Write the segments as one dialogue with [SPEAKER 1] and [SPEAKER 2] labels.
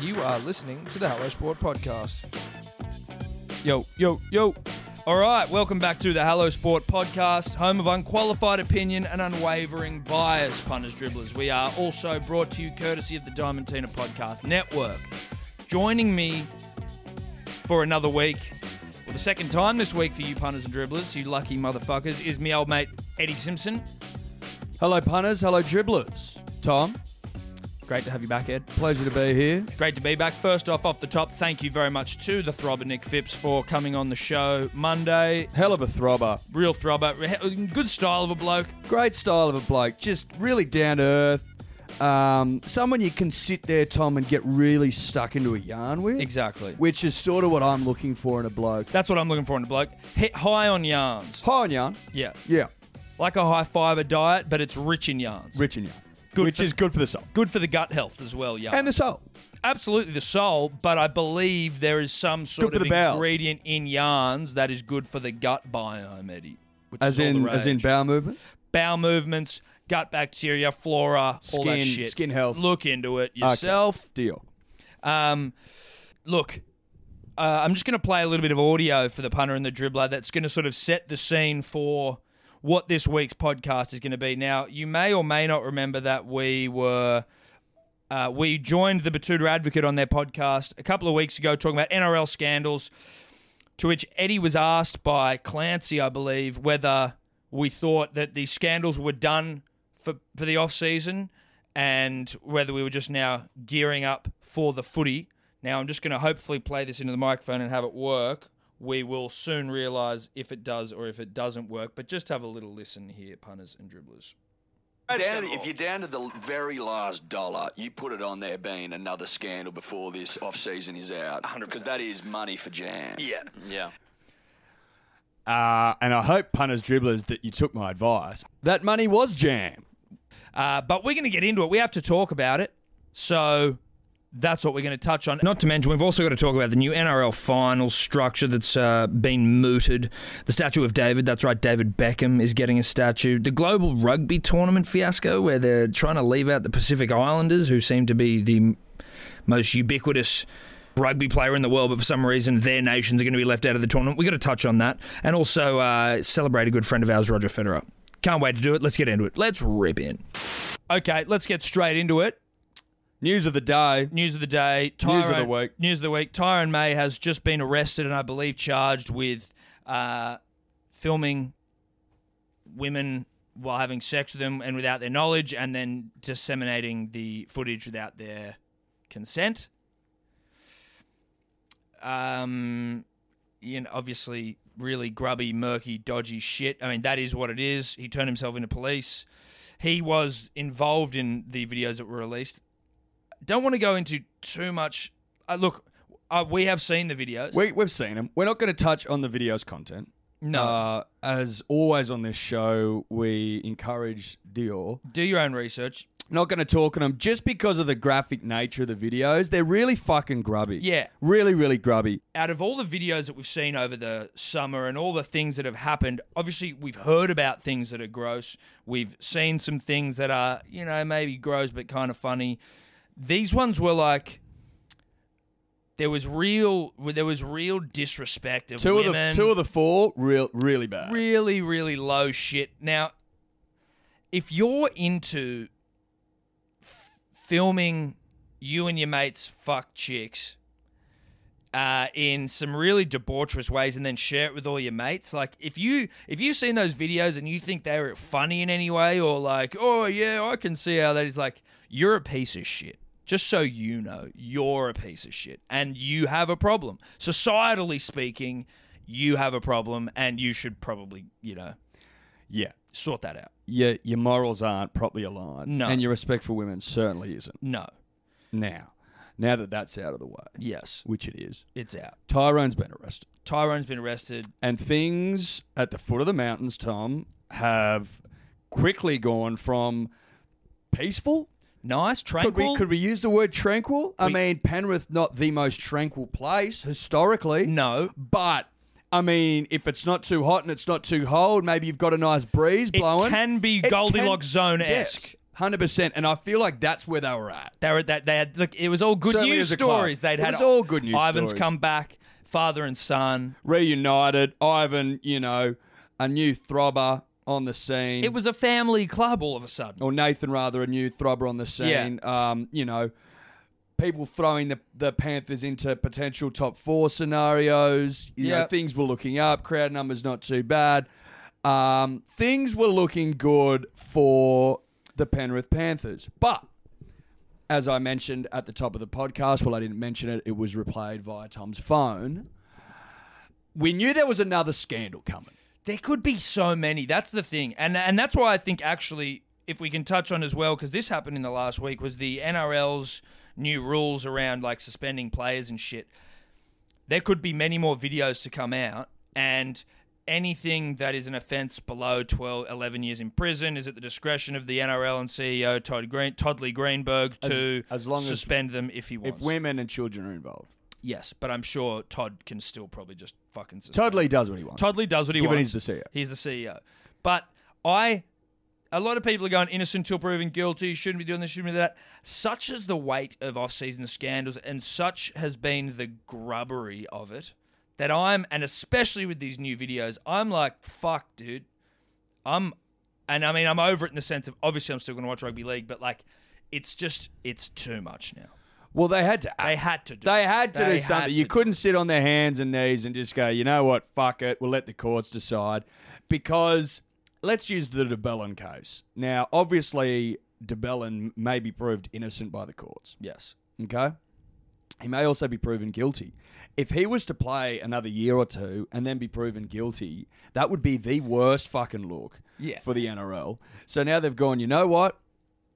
[SPEAKER 1] You are listening to the Hello Sport Podcast.
[SPEAKER 2] Yo, yo, yo. All right, welcome back to the Hello Sport podcast, home of unqualified opinion and unwavering bias, punters, dribblers. We are also brought to you courtesy of the Diamantina Podcast Network. Joining me for another week, or the second time this week for you punters and dribblers, you lucky motherfuckers, is me old mate Eddie Simpson.
[SPEAKER 3] Hello, punters. Hello, dribblers. Tom,
[SPEAKER 2] Great to have you back, Ed.
[SPEAKER 3] pleasure to be here.
[SPEAKER 2] Great to be back. First off, off the top, thank you very much to the throbber Nick Phipps for coming on the show Monday.
[SPEAKER 3] Hell of a throbber.
[SPEAKER 2] Real throbber, He- good style of a bloke.
[SPEAKER 3] Great style of a bloke. Just really down to earth. Um, someone you can sit there, Tom, and get really stuck into a yarn with.
[SPEAKER 2] Exactly.
[SPEAKER 3] Which is sort of what I'm looking for in a bloke.
[SPEAKER 2] That's what I'm looking for in a bloke. Hit high on yarns.
[SPEAKER 3] High on yarn.
[SPEAKER 2] Yeah.
[SPEAKER 3] Yeah.
[SPEAKER 2] Like a high fiber diet, but it's rich in yarns.
[SPEAKER 3] Rich in yarn.
[SPEAKER 2] Good
[SPEAKER 3] which
[SPEAKER 2] for-
[SPEAKER 3] is good for the soul.
[SPEAKER 2] Good for the gut health as well, yarn.
[SPEAKER 3] And the soul.
[SPEAKER 2] Absolutely the soul, but I believe there is some sort
[SPEAKER 3] for
[SPEAKER 2] of
[SPEAKER 3] the bowels.
[SPEAKER 2] ingredient in yarns that is good for the gut biome, Eddie. Which
[SPEAKER 3] As
[SPEAKER 2] is all the
[SPEAKER 3] in, as in
[SPEAKER 2] rage.
[SPEAKER 3] bowel movement.
[SPEAKER 2] bowel movements, gut bacteria, flora, all that
[SPEAKER 3] Skin-
[SPEAKER 2] shit.
[SPEAKER 3] skin health.
[SPEAKER 2] Look into it
[SPEAKER 3] Okay.
[SPEAKER 2] yourself.
[SPEAKER 3] Deal.
[SPEAKER 2] Um, look, uh, I'm just going to play a little bit of audio for the punter and the dribbler that's going to sort of set the scene for what this week's podcast is going to be. Now, you may or may not remember that we were. Uh, we joined the Batuta Advocate on their podcast a couple of weeks ago talking about NRL scandals. To which Eddie was asked by Clancy, I believe, whether we thought that the scandals were done for, for the off season and whether we were just now gearing up for the footy. Now I'm just going to hopefully play this into the microphone and have it work. We will soon realise if it does or if it doesn't work, but just have a little listen here, punters and dribblers.
[SPEAKER 4] Down to the- if you're down to the very last dollar, you put it on there being another scandal before this off season is out, because that is money for jam.
[SPEAKER 2] Yeah.
[SPEAKER 3] Uh, and I hope, punters, dribblers, that you took my advice. That money was jam.
[SPEAKER 2] Uh, but we're going to get into it. We have to talk about it. So that's what we're going to touch on. Not to mention, we've also got to talk about the new NRL finals structure that's uh, been mooted. The statue of David, that's right, David Beckham is getting a statue. The global rugby tournament fiasco, where they're trying to leave out the Pacific Islanders, who seem to be the m- most ubiquitous rugby player in the world, but for some reason their nations are going to be left out of the tournament. We've got to touch on that. And also uh, celebrate a good friend of ours, Roger Federer. Can't wait to do it. Let's get into it. Let's rip in. Okay, let's get straight into it.
[SPEAKER 3] News of the day.
[SPEAKER 2] News of the day. Tyrone,
[SPEAKER 3] News of the week.
[SPEAKER 2] News of the week. Tyrone May has just been arrested and I believe charged with uh, filming women while having sex with them and without their knowledge, and then disseminating the footage without their consent. Um, you know, obviously, really grubby, murky, dodgy shit. I mean, that is what it is. He turned himself into police. He was involved in the videos that were released. Don't want to go into too much. Uh, look, uh, we have seen the videos.
[SPEAKER 3] We, we've seen them. We're not going to touch on the video's content.
[SPEAKER 2] no,
[SPEAKER 3] Uh, as always on this show, we encourage Dior.
[SPEAKER 2] do your own research.
[SPEAKER 3] Not going to talk on them just because of the graphic nature of the videos. They're really fucking grubby.
[SPEAKER 2] Yeah.
[SPEAKER 3] Really, really grubby.
[SPEAKER 2] out of all the videos that we've seen over the summer and all the things that have happened, obviously we've heard about things that are gross. We've seen some things that are, you know, maybe gross but kind of funny. These ones were like there was real there was real disrespect of
[SPEAKER 3] Two
[SPEAKER 2] women.
[SPEAKER 3] of the two of the four, real, really bad.
[SPEAKER 2] really really low shit. Now, if you're into f- filming you and your mates fuck chicks uh, in some really debaucherous ways and then share it with all your mates. Like if you if you've seen those videos and you think they were funny in any way or like, oh yeah, I can see how that is like, you're a piece of shit. Just so you know, you're a piece of shit and you have a problem. Societally speaking, you have a problem and you should probably, you know,
[SPEAKER 3] yeah.
[SPEAKER 2] sort that out.
[SPEAKER 3] Your your morals aren't properly aligned.
[SPEAKER 2] No.
[SPEAKER 3] And your respect for women certainly isn't.
[SPEAKER 2] No.
[SPEAKER 3] Now, now that that's out of the way,
[SPEAKER 2] Yes.
[SPEAKER 3] which it is,
[SPEAKER 2] It's out.
[SPEAKER 3] Tyrone's been arrested.
[SPEAKER 2] Tyrone's been arrested.
[SPEAKER 3] and things at the foot of the mountains, Tom, have quickly gone from peaceful.
[SPEAKER 2] Nice, tranquil.
[SPEAKER 3] Could we could we use the word tranquil? I
[SPEAKER 2] We-
[SPEAKER 3] mean, Penrith not the most tranquil place historically,
[SPEAKER 2] no.
[SPEAKER 3] but I mean, if it's not too hot and it's not too cold, maybe you've got a nice breeze blowing.
[SPEAKER 2] It can be
[SPEAKER 3] can-
[SPEAKER 2] Goldilocks zone esque.
[SPEAKER 3] Yes. hundred percent. And I feel like that's where they were at.
[SPEAKER 2] They were that they had look. It was all good
[SPEAKER 3] Certainly
[SPEAKER 2] news
[SPEAKER 3] as a club.
[SPEAKER 2] stories. They'd
[SPEAKER 3] It
[SPEAKER 2] had
[SPEAKER 3] was all good news
[SPEAKER 2] Ivan's
[SPEAKER 3] stories.
[SPEAKER 2] come back, father and son.
[SPEAKER 3] Reunited, Ivan, you know, a new throbber on the scene.
[SPEAKER 2] It was a family club all of a sudden.
[SPEAKER 3] or Nathan rather, a new throbber on the scene. Um, you know, people throwing the, the Panthers into potential top four scenarios. You know,
[SPEAKER 2] Yep.
[SPEAKER 3] things were looking up. Crowd numbers not too bad. Um, things were looking good for the Penrith Panthers, but. As I mentioned at the top of the podcast, well, I didn't mention it, it was replayed via Tom's phone. We knew there was another scandal coming.
[SPEAKER 2] There could be so many. That's the thing, and and that's why I think actually, if we can touch on as well, because this happened in the last week, was the NRL's new rules around like suspending players and shit. There could be many more videos to come out, and anything that is an offence below 12, 11 years in prison is at the discretion of the NRL and CEO Todd Green, Toddley Greenberg to
[SPEAKER 3] as long as-
[SPEAKER 2] suspend them if he wants.
[SPEAKER 3] If women and children are involved,
[SPEAKER 2] Yes, but I'm ssure Todd can still probably just fucking. Suspend.
[SPEAKER 3] Toddley does what he wants.
[SPEAKER 2] Toddley does what he
[SPEAKER 3] Given
[SPEAKER 2] wants.
[SPEAKER 3] he's the E CEO.
[SPEAKER 2] He's the CEO. But I, a lot of people are going innocent till proven guilty. Shouldn't be doing this. Shouldn't be that. Such is the weight of off-season scandals, and such has been the grubbery of it that I'm, and especially with these new videos, I'm like, fuck, dude. I'm, and I mean, I'm over it in the sense of obviously I'm still going to watch rugby league, but like, it's just it's too much now.
[SPEAKER 3] Well, they had to
[SPEAKER 2] They had to do.
[SPEAKER 3] They
[SPEAKER 2] it.
[SPEAKER 3] had to
[SPEAKER 2] They
[SPEAKER 3] do
[SPEAKER 2] had
[SPEAKER 3] something. You
[SPEAKER 2] to do
[SPEAKER 3] couldn't sit on their hands and knees and just go, you know what, fuck it, we'll let the courts decide. Because let's use the DeBellin case. Now, obviously, DeBellin may be proved innocent by the courts.
[SPEAKER 2] it. Yes.
[SPEAKER 3] Okay? He may also be proven guilty. If he was to play another year or two and then be proven guilty, that would be the worst fucking look
[SPEAKER 2] Yeah.
[SPEAKER 3] for the NRL. So now they've gone, you know what?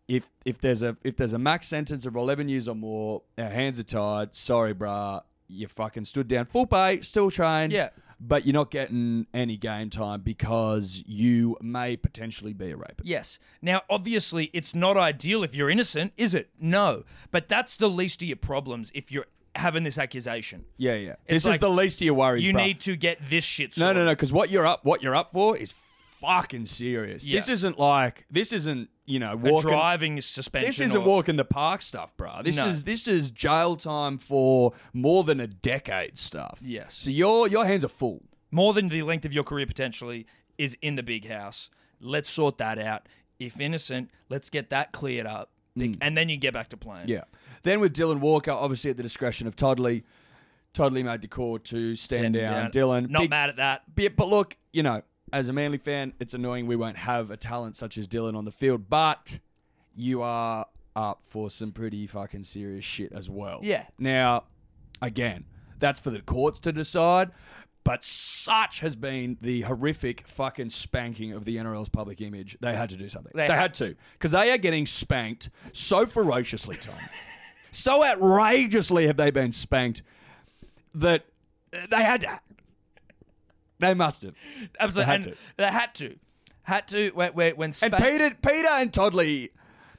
[SPEAKER 3] If if there's a if there's a max sentence of 11 years or more, our hands are tied. Sorry, bruh. You fucking stood down full pay, still trained.
[SPEAKER 2] Yeah.
[SPEAKER 3] But you're not getting any game time because you may potentially be a rapist.
[SPEAKER 2] Yes. Now, obviously, it's not ideal if you're innocent, is it? No. But that's the least of your problems if you're having this accusation.
[SPEAKER 3] Yeah, yeah.
[SPEAKER 2] It's
[SPEAKER 3] this is
[SPEAKER 2] like,
[SPEAKER 3] the least of your worries.
[SPEAKER 2] You
[SPEAKER 3] bruh.
[SPEAKER 2] need to get this shit
[SPEAKER 3] No,
[SPEAKER 2] sorted.
[SPEAKER 3] no, no. Because what you're up, what you're up for is fucking serious. This
[SPEAKER 2] Yeah.
[SPEAKER 3] isn't like this isn't you know
[SPEAKER 2] The
[SPEAKER 3] walking.
[SPEAKER 2] driving suspension.
[SPEAKER 3] This isn't
[SPEAKER 2] or-
[SPEAKER 3] walking the park stuff, bro. This
[SPEAKER 2] No.
[SPEAKER 3] is this is jail time for more than a decade stuff.
[SPEAKER 2] Yes.
[SPEAKER 3] So your your hands are full.
[SPEAKER 2] more than the length of your career potentially is in the big house. Let's sort that out. If innocent, let's get that cleared up. Be- And then you get back to playing.
[SPEAKER 3] Mm. Yeah. Then with Dylan Walker, obviously at the discretion of Toddley, Toddley made the call to stand
[SPEAKER 2] And,
[SPEAKER 3] down.
[SPEAKER 2] yeah,
[SPEAKER 3] uh, Dylan,
[SPEAKER 2] Not
[SPEAKER 3] big-
[SPEAKER 2] mad at that.
[SPEAKER 3] But, but look, you know, as a Manly fan, it's annoying we won't have a talent such as Dylan on the field, but you are up for some pretty fucking serious shit as well.
[SPEAKER 2] Yeah.
[SPEAKER 3] Now, again, that's for the courts to decide, but such has been the horrific fucking spanking of the NRL's public image. They had to do something.
[SPEAKER 2] They
[SPEAKER 3] They,
[SPEAKER 2] had-
[SPEAKER 3] had to, because they are getting spanked so ferociously, Tom. so outrageously have they been spanked that they had to. They must have.
[SPEAKER 2] Absolutely.
[SPEAKER 3] had
[SPEAKER 2] and
[SPEAKER 3] to.
[SPEAKER 2] They had to. Had to. When, when, when
[SPEAKER 3] And
[SPEAKER 2] Spa-
[SPEAKER 3] Peter, Peter and Toddley,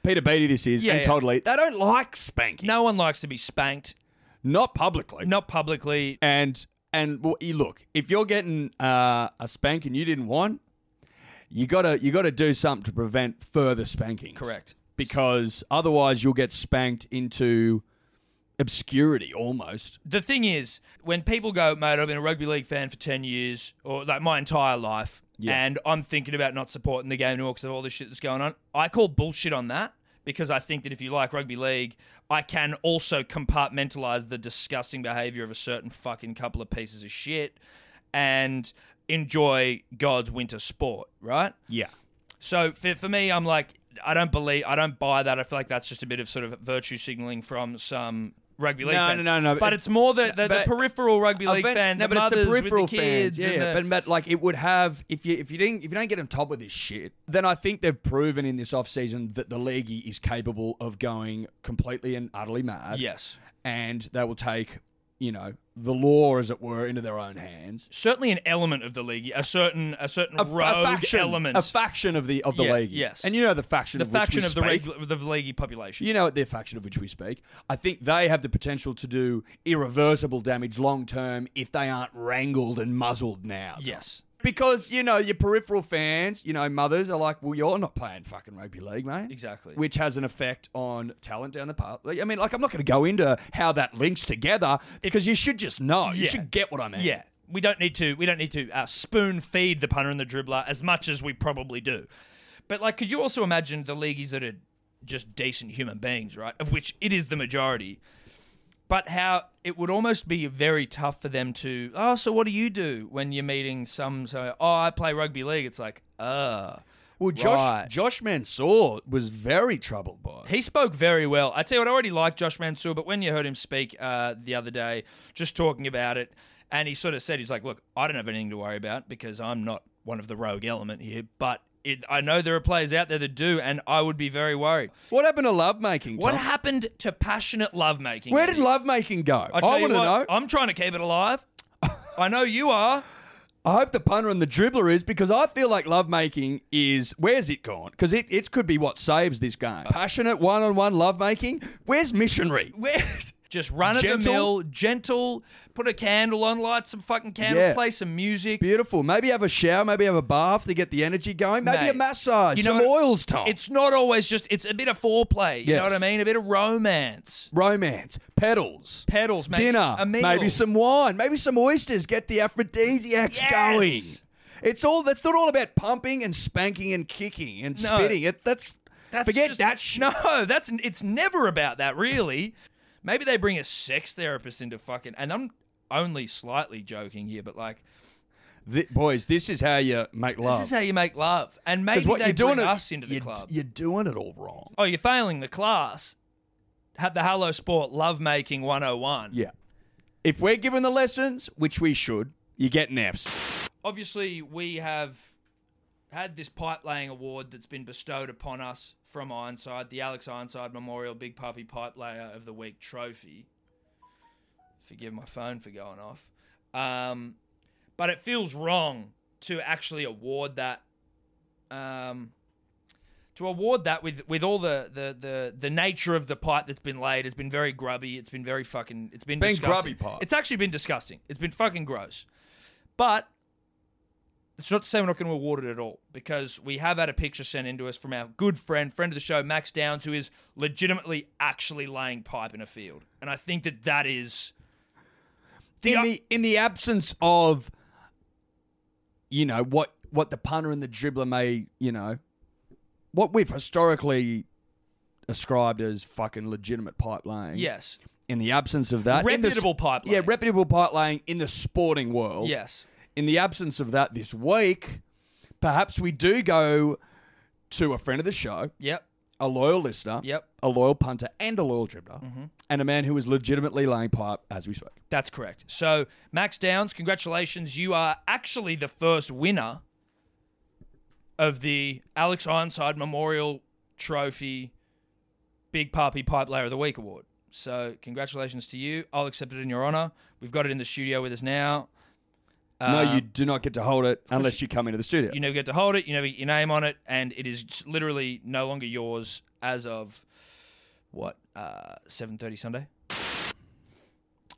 [SPEAKER 3] Peter Beatty, this is,
[SPEAKER 2] Yeah,
[SPEAKER 3] and
[SPEAKER 2] yeah.
[SPEAKER 3] Toddley, they don't like spanking.
[SPEAKER 2] no one likes to be spanked.
[SPEAKER 3] not publicly.
[SPEAKER 2] Not publicly.
[SPEAKER 3] And and well, you look, if you're getting uh, a spanking you didn't want, you gotta you gotta do something to prevent further spankings.
[SPEAKER 2] Correct.
[SPEAKER 3] Because otherwise, you'll get spanked into obscurity almost.
[SPEAKER 2] the thing is, when people go, mate, I've been a rugby league fan for 10 years or like my entire life,
[SPEAKER 3] Yeah.
[SPEAKER 2] and I'm thinking about not supporting the game anymore because of all this shit that's going on, I call bullshit on that because I think that if you like rugby league, I can also compartmentalize the disgusting behavior of a certain fucking couple of pieces of shit and enjoy God's winter sport, right?
[SPEAKER 3] Yeah.
[SPEAKER 2] So for, for me, I'm like, I don't believe, I don't buy that. I feel like that's just a bit of sort of virtue signaling from some rugby league
[SPEAKER 3] No,
[SPEAKER 2] fans.
[SPEAKER 3] no, no, no.
[SPEAKER 2] But it's more the, the, the
[SPEAKER 3] But-
[SPEAKER 2] peripheral rugby league
[SPEAKER 3] Event-
[SPEAKER 2] fan,
[SPEAKER 3] no,
[SPEAKER 2] the
[SPEAKER 3] but it's
[SPEAKER 2] mothers with the kids.
[SPEAKER 3] Yeah,
[SPEAKER 2] and
[SPEAKER 3] yeah,
[SPEAKER 2] the-
[SPEAKER 3] but, but like it would have if you if you didn't if you don't get on top of this shit, then I think they've proven in this offseason that the leaguey is capable of going completely and utterly mad.
[SPEAKER 2] yes,
[SPEAKER 3] and they will take you know the law as it were into their own hands.
[SPEAKER 2] certainly an element of the league, a certain a certain
[SPEAKER 3] f-
[SPEAKER 2] rogue
[SPEAKER 3] faction,
[SPEAKER 2] element,
[SPEAKER 3] a faction of the of the
[SPEAKER 2] Yeah,
[SPEAKER 3] league.
[SPEAKER 2] yes.
[SPEAKER 3] and you know the faction
[SPEAKER 2] the
[SPEAKER 3] of
[SPEAKER 2] faction
[SPEAKER 3] which we
[SPEAKER 2] of the
[SPEAKER 3] speak.
[SPEAKER 2] regu- of the league population.
[SPEAKER 3] You know the faction of which we speak. I think they have the potential to do irreversible damage long term if they aren't wrangled and muzzled now. Tom.
[SPEAKER 2] Yes,
[SPEAKER 3] because you know your peripheral fans, you know mothers are like, well, you're not playing fucking rugby league, mate.
[SPEAKER 2] Exactly.
[SPEAKER 3] Which has an effect on talent down the path. Like, I mean, like I'm not going to go into how that links together because you should just know. You
[SPEAKER 2] Yeah.
[SPEAKER 3] should get what I mean.
[SPEAKER 2] Yeah, we don't need to. We don't need to uh, spoon feed the punter and the dribbler as much as we probably do. But like, could you also imagine the leagueies that are just decent human beings, right? Of which it is the majority. But how it would almost be very tough for them to. Oh, so what do you do when you're meeting some? So, oh, I play rugby league. It's like, uh
[SPEAKER 3] Well, Josh
[SPEAKER 2] Right.
[SPEAKER 3] Josh Mansour was very troubled by. it.
[SPEAKER 2] He spoke very well. I tell you what, I already liked Josh Mansour, but when you heard him speak uh, the other day, just talking about it, and he sort of said, he's like, look, I don't have anything to worry about because I'm not one of the rogue element here, but it, I know there are players out there that do, and I would be very worried.
[SPEAKER 3] What happened to lovemaking?
[SPEAKER 2] What
[SPEAKER 3] Tom?
[SPEAKER 2] happened to passionate lovemaking?
[SPEAKER 3] Where did lovemaking go? I,
[SPEAKER 2] I, tell you
[SPEAKER 3] want to know.
[SPEAKER 2] what, I'm trying to keep it alive. I know you are.
[SPEAKER 3] I hope the punter and the dribbler is because I feel like lovemaking is where's it gone? Because it, it could be what saves this game. Passionate one on one lovemaking. Where's missionary?
[SPEAKER 2] Where- Just run at the
[SPEAKER 3] Gentle?
[SPEAKER 2] mill, gentle, put a candle on, light some fucking candle,
[SPEAKER 3] Yeah.
[SPEAKER 2] play some music.
[SPEAKER 3] Beautiful. Maybe have a shower. Maybe have a bath to get the energy going. Maybe a
[SPEAKER 2] Mate,
[SPEAKER 3] massage.
[SPEAKER 2] you know
[SPEAKER 3] some
[SPEAKER 2] what-
[SPEAKER 3] oils, Tom.
[SPEAKER 2] It's not always just. It's a bit of foreplay. You
[SPEAKER 3] Oh. Yes.
[SPEAKER 2] know what I mean? A bit of romance.
[SPEAKER 3] romance, pedals,
[SPEAKER 2] Pedals, maybe
[SPEAKER 3] dinner,
[SPEAKER 2] a meal.
[SPEAKER 3] maybe some wine, maybe some oysters. Get the aphrodisiacs
[SPEAKER 2] Yes.
[SPEAKER 3] going. It's all. That's not all about pumping and spanking and kicking and
[SPEAKER 2] No.
[SPEAKER 3] spitting. It, that's, forget
[SPEAKER 2] just-
[SPEAKER 3] that shit.
[SPEAKER 2] No, that's it's never about that really. Maybe they bring a sex therapist into fucking. And I'm only slightly joking here, but like
[SPEAKER 3] Thi- boys, this is how you make love.
[SPEAKER 2] this is how you make love. And maybe
[SPEAKER 3] 'Cause
[SPEAKER 2] they
[SPEAKER 3] what you're
[SPEAKER 2] bring
[SPEAKER 3] doing it-
[SPEAKER 2] us into the
[SPEAKER 3] you're,
[SPEAKER 2] club.
[SPEAKER 3] You're doing it all wrong.
[SPEAKER 2] oh, you're failing the class. Had the Hello Sport oh Love Making 101.
[SPEAKER 3] Yeah. If we're given the lessons, which we should, you get an F's.
[SPEAKER 2] obviously we have had this pipe laying award that's been bestowed upon us from Ironside, the Alex Ironside Memorial Big Puppy Pipe Layer of the Week trophy. Forgive my phone for going off. Um, but it feels wrong to actually award that um, to award that with with all the, the the the nature of the pipe that's been laid has been very grubby. It's been very fucking. It's been,
[SPEAKER 3] been
[SPEAKER 2] disgusting.
[SPEAKER 3] grubby pipe.
[SPEAKER 2] It's actually been disgusting. It's been fucking gross. But it's not to say we're not going to award it at all because we have had a picture sent in to us from our good friend, friend of the show, Max Downs, who is legitimately actually laying pipe in a field, and I think that that is
[SPEAKER 3] In
[SPEAKER 2] Yeah.
[SPEAKER 3] the in the absence of, you know what what the punter and the dribbler may you know, what we've historically ascribed as fucking legitimate pipe laying.
[SPEAKER 2] yes,
[SPEAKER 3] In the absence of that, in the s-
[SPEAKER 2] Reputable pipe
[SPEAKER 3] Yeah,
[SPEAKER 2] laying.
[SPEAKER 3] reputable pipe laying in the sporting world.
[SPEAKER 2] yes.
[SPEAKER 3] in the absence of that this week, perhaps we do go to a friend of the show,
[SPEAKER 2] Yep.
[SPEAKER 3] a loyal listener,
[SPEAKER 2] Yep. Mm-hmm.
[SPEAKER 3] a loyal punter, and a loyal dribbler, and a man who is legitimately laying pipe as we speak.
[SPEAKER 2] That's correct. So, Max Downs, congratulations. You are actually the first winner of the Alex Ironside Memorial Trophy Big Papi Pipe Layer of the Week award. So, congratulations to you. I'll accept it in your honor. We've got it in the studio with us now.
[SPEAKER 3] no,
[SPEAKER 2] Um,
[SPEAKER 3] you do not get to hold it unless you come into the studio.
[SPEAKER 2] you never get to hold it. You never get your name on it, and it is just literally no longer yours as of what uh, seven thirty Sunday.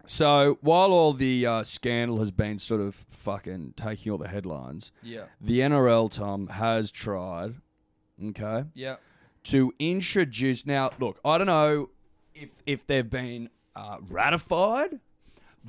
[SPEAKER 3] so while all the uh, scandal has been sort of fucking taking all the headlines,
[SPEAKER 2] Yeah.
[SPEAKER 3] the NRL Tom has tried, okay,
[SPEAKER 2] Yeah.
[SPEAKER 3] to introduce. Now, look, I don't know if if they've been uh, ratified,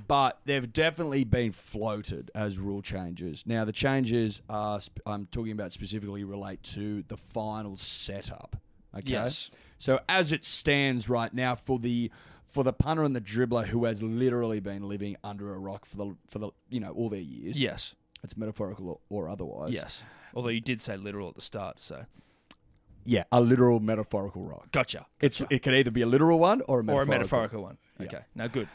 [SPEAKER 3] but they've definitely been floated as rule changes. Now, the changes are sp- I'm talking about specifically relate to the final setup. Okay.
[SPEAKER 2] Yes.
[SPEAKER 3] So as it stands right now for the for the punter and the dribbler who has literally been living under a rock for the for the you know all their years.
[SPEAKER 2] Yes.
[SPEAKER 3] It's metaphorical or, or otherwise.
[SPEAKER 2] Yes. Although you did say literal at the start, so
[SPEAKER 3] Yeah, a literal metaphorical rock.
[SPEAKER 2] gotcha.
[SPEAKER 3] It's it could either be a literal one or a
[SPEAKER 2] or a
[SPEAKER 3] metaphorical.
[SPEAKER 2] metaphorical one. Okay, now good.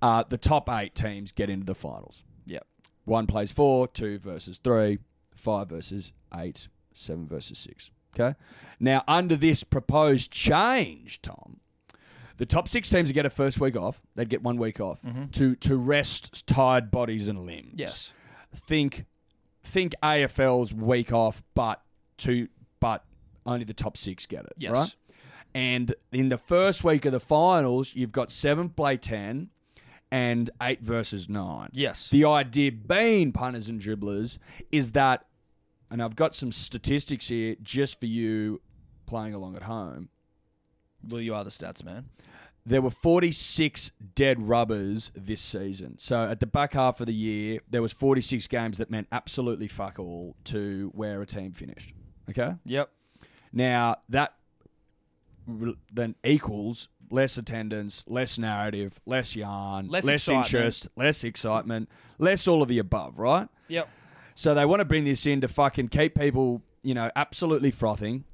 [SPEAKER 3] Uh, the top eight teams get into the finals.
[SPEAKER 2] Yep.
[SPEAKER 3] One plays four, two versus three, five versus eight, seven versus six. Okay. Now under this proposed change, Tom, the top six teams would get a first week off. They'd get one week off to to rest tired bodies and limbs.
[SPEAKER 2] Mm-hmm. Yes.
[SPEAKER 3] Think think AFL's week off, but to but only the top six get it.
[SPEAKER 2] Yes.
[SPEAKER 3] Right? And in the first week of the finals, you've got seventh play ten, and eight versus nine.
[SPEAKER 2] Yes.
[SPEAKER 3] The idea being punters and dribblers is that, and I've got some statistics here just for you playing along at home.
[SPEAKER 2] Well, you are the stats man.
[SPEAKER 3] There were 46 dead rubbers this season. So at the back half of the year, there was 46 games that meant absolutely fuck all to where a team finished. Okay?
[SPEAKER 2] Yep.
[SPEAKER 3] Now that re- then equals less attendance, less narrative, less yarn,
[SPEAKER 2] Less excitement.
[SPEAKER 3] interest, less excitement, less all of the above, right?
[SPEAKER 2] Yep.
[SPEAKER 3] So they want to bring this in to fucking keep people, you know, absolutely frothing.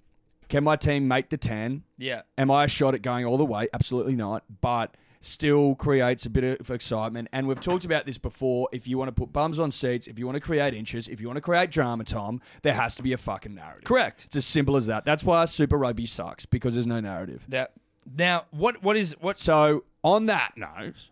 [SPEAKER 3] Can my team make the 10?
[SPEAKER 2] Yeah.
[SPEAKER 3] Am I a shot at going all the way? Absolutely not. But still creates a bit of excitement. And we've talked about this before. If you want to put bums on seats, if you want to create inches, if you want to create drama, Tom, there has to be a fucking narrative.
[SPEAKER 2] Correct.
[SPEAKER 3] It's as simple as that. That's why Super Rugby sucks because there's no narrative.
[SPEAKER 2] That now what what is what
[SPEAKER 3] So on that note,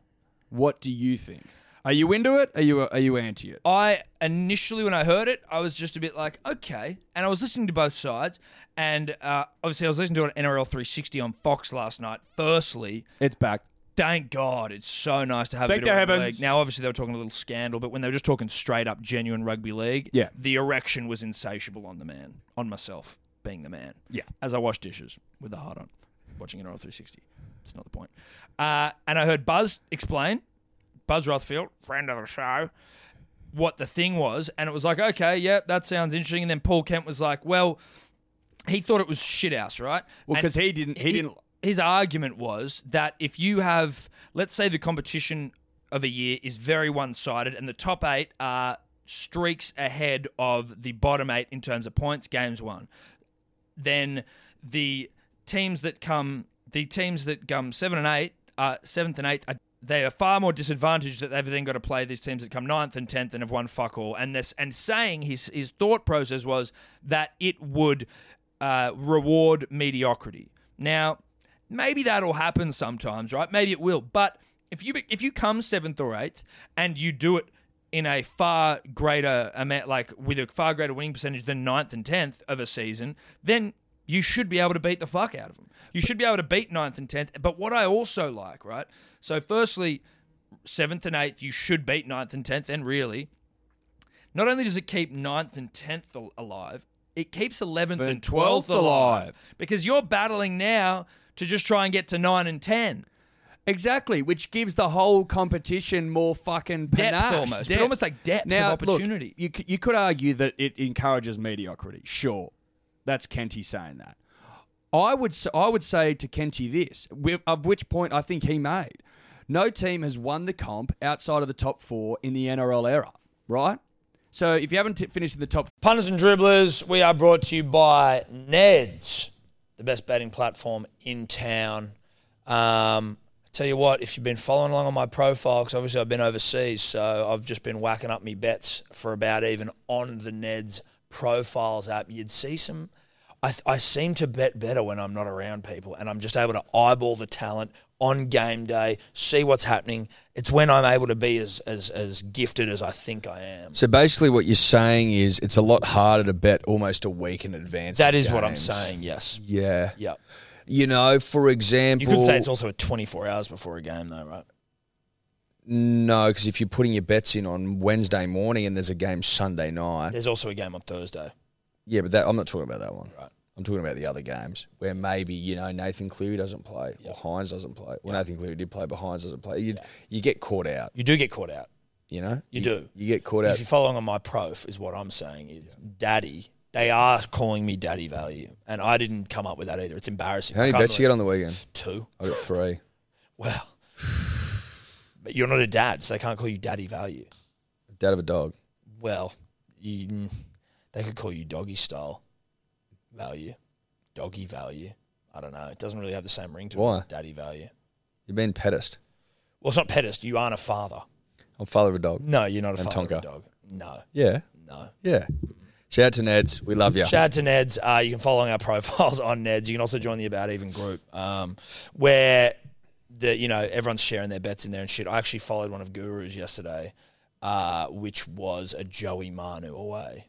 [SPEAKER 3] what do you think? Are you into it? Are you are you anti it?
[SPEAKER 2] I initially when I heard it, I was just a bit like, okay. And I was listening to both sides, and uh, obviously I was listening to an NRL 360 on Fox last night. Firstly,
[SPEAKER 3] It's back.
[SPEAKER 2] thank God, it's so nice to have
[SPEAKER 3] Thank
[SPEAKER 2] a bit of
[SPEAKER 3] the
[SPEAKER 2] rugby
[SPEAKER 3] heavens.
[SPEAKER 2] league. Now, obviously, they were talking a little scandal, but when they were just talking straight up genuine rugby league,
[SPEAKER 3] Yeah.
[SPEAKER 2] the erection was insatiable on the man, on myself being the man.
[SPEAKER 3] Yeah.
[SPEAKER 2] as I wash dishes with the heart on, watching NRL 360. That's not the point. Uh, and I heard Buzz explain, Buzz Rothfield, friend of the show, what the thing was, and it was like, okay, yeah, that sounds interesting. And then Paul Kent was like, well. He thought it was shit house, right?
[SPEAKER 3] Well,
[SPEAKER 2] And-
[SPEAKER 3] because he didn't. He, didn't.
[SPEAKER 2] his argument was that if you have, let's say, the competition of a year is very one-sided, and the top eight are streaks ahead of the bottom eight in terms of points, games won, then the teams that come, the teams that come seven and eight, uh, seventh and eighth, are, they are far more disadvantaged that they've then got to play these teams that come ninth and tenth and have won fuck all. And this, and saying his his thought process was that it would uh, reward mediocrity. Now, maybe that'll happen sometimes, right? Maybe it will. But if you if you come seventh or eighth and you do it in a far greater amount, like with a far greater winning percentage than ninth and tenth of a season, then you should be able to beat the fuck out of them. You should be able to beat ninth and tenth. But what I also like, right? So, firstly, seventh and eighth, you should beat ninth and tenth, and really. Not only does it keep ninth and 10th al- alive, it keeps 11th and 12th alive. Because you're battling now to just try and get to 9 and 10.
[SPEAKER 3] Exactly, which gives the whole competition more fucking panache,
[SPEAKER 2] almost, but almost like depth of
[SPEAKER 3] now, look,
[SPEAKER 2] opportunity.
[SPEAKER 3] you c- you could argue that it encourages mediocrity. Sure, that's Kenty saying that. I would s- I would say to Kenty this, wi- of which point I think he made. No team has won the comp outside of the top four in the NRL era, right? So if you haven't t- finished in the top
[SPEAKER 2] Punters and dribblers, we are brought to you by Neds, the best betting platform in town. Um, tell you what, if you've been following along on my profile, because obviously I've been overseas, so I've just been whacking up me bets for about even on the Neds profiles app. You'd see some. I, I seem to bet better when I'm not around people, and I'm just able to eyeball the talent on game day, see what's happening. It's when I'm able to be as as, as gifted as I think I am.
[SPEAKER 5] So basically, what you're saying is it's a lot harder to bet almost a week in advance.
[SPEAKER 2] That
[SPEAKER 5] of
[SPEAKER 2] is what I'm
[SPEAKER 5] games.
[SPEAKER 2] saying. Yes.
[SPEAKER 5] Yeah.
[SPEAKER 2] Yep.
[SPEAKER 5] You know, for
[SPEAKER 2] You
[SPEAKER 5] example,
[SPEAKER 2] could say it's also at 24 hours before a game, though, right?
[SPEAKER 5] no, because if you're putting your bets in on Wednesday morning and there's a game Sunday night,
[SPEAKER 2] There's also a game on Thursday.
[SPEAKER 5] yeah, but that, I'm not talking about that one.
[SPEAKER 2] Right.
[SPEAKER 5] I'm talking about the other games where maybe you know Nathan Cleary doesn't play or Hines doesn't play. Well, Nathan Cleary did play, but Hines doesn't play. You you get caught out.
[SPEAKER 2] You do get caught out.
[SPEAKER 5] You know,
[SPEAKER 2] You do.
[SPEAKER 5] You get caught
[SPEAKER 2] If
[SPEAKER 5] out.
[SPEAKER 2] you're following on my prof, is what I'm saying is daddy. They are calling me daddy value, and I didn't come up with that either. It's embarrassing.
[SPEAKER 5] How many
[SPEAKER 2] I can't
[SPEAKER 5] bets you get on the weekend?
[SPEAKER 2] believe- Two.
[SPEAKER 5] I got three.
[SPEAKER 2] Well, but you're not a dad, so they can't call you daddy value.
[SPEAKER 5] Dad of a dog.
[SPEAKER 2] Well, you, mm, they could call you doggy style value, doggy value. I don't know. It doesn't really have the same ring to it
[SPEAKER 5] Why?
[SPEAKER 2] as daddy value.
[SPEAKER 5] You've been pedest.
[SPEAKER 2] Well, it's not pedest. You aren't a father.
[SPEAKER 5] I'm father of a dog.
[SPEAKER 2] No, you're not a
[SPEAKER 5] And
[SPEAKER 2] father of a
[SPEAKER 5] Tonka.
[SPEAKER 2] dog. No,
[SPEAKER 5] Yeah.
[SPEAKER 2] no.
[SPEAKER 5] Yeah. Shout out to Neds. We love you.
[SPEAKER 2] Shout out to Neds. Uh, you can follow our profiles on Neds. You can also join the About Even group, um, where the you know everyone's sharing their bets in there and shit. I actually followed one of Guru's yesterday, uh, which was a Joey Manu away.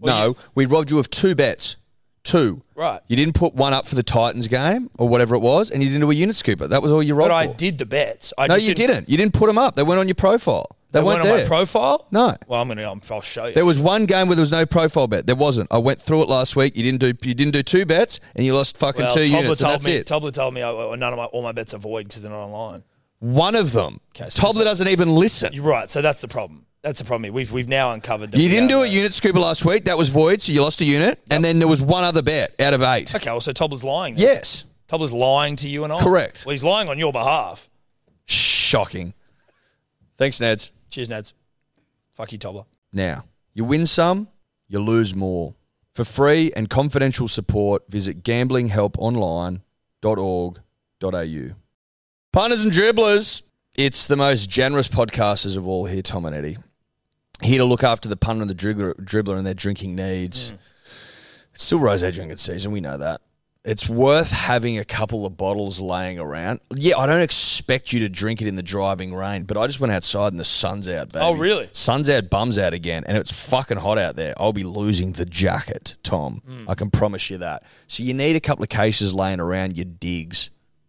[SPEAKER 5] no, we robbed you of two bets. Two.
[SPEAKER 6] Right.
[SPEAKER 5] You didn't put one up for the Titans game or whatever it was, and you didn't do a unit scooper. That was all you robbed
[SPEAKER 6] But I
[SPEAKER 5] for.
[SPEAKER 6] did the bets. I
[SPEAKER 5] no,
[SPEAKER 6] just
[SPEAKER 5] you didn't. You didn't put them up. They weren't on your profile. They,
[SPEAKER 6] They
[SPEAKER 5] weren't
[SPEAKER 6] weren't
[SPEAKER 5] there.
[SPEAKER 6] on my profile.
[SPEAKER 5] No.
[SPEAKER 6] Well, I'm gonna. I'm, I'll show you.
[SPEAKER 5] There was one game where there was no profile bet. There wasn't. I went through it last week. You didn't do. You didn't do two bets, and you lost fucking
[SPEAKER 6] well,
[SPEAKER 5] two
[SPEAKER 6] Tobler
[SPEAKER 5] units. And
[SPEAKER 6] told
[SPEAKER 5] that's
[SPEAKER 6] me.
[SPEAKER 5] it.
[SPEAKER 6] Tobler told me I, none of my all my bets are void because they're not online.
[SPEAKER 5] one of them.
[SPEAKER 6] Okay, so
[SPEAKER 5] Tobler
[SPEAKER 6] this-
[SPEAKER 5] doesn't even listen. You,
[SPEAKER 6] You're right. So that's the problem. That's the problem. here. We've we've now uncovered. That we
[SPEAKER 5] didn't do
[SPEAKER 6] have
[SPEAKER 5] a
[SPEAKER 6] that.
[SPEAKER 5] unit scooper last week. That was void, so you lost a unit. And then there was one other bet out of eight.
[SPEAKER 6] Okay. Well, so Tobler's lying. Then.
[SPEAKER 5] Yes.
[SPEAKER 6] Tobler's lying to you and I.
[SPEAKER 5] Correct.
[SPEAKER 6] Well, he's lying on your behalf.
[SPEAKER 5] Shocking. Thanks, Neds.
[SPEAKER 6] Cheers, Nads. Fuck you, Tobler.
[SPEAKER 5] Now, you win some, you lose more. For free and confidential support, visit gamblinghelponline.org.au. Punters and dribblers, it's the most generous podcasters of all here, Tom and Eddie. Here to look after the punter and the dribbler, dribbler and their drinking needs.
[SPEAKER 6] Hmm.
[SPEAKER 5] It's still rosé drinking season, we know that. It's worth having a couple of bottles laying around. Yeah, I don't expect you to drink it in the driving rain, but I just went outside and the sun's out, baby.
[SPEAKER 6] Oh, really?
[SPEAKER 5] Sun's out, bums out again, and it's fucking hot out there. I'll be losing the jacket, Tom.
[SPEAKER 6] Hmm.
[SPEAKER 5] I can promise you that. So you need a couple of cases laying around your digs.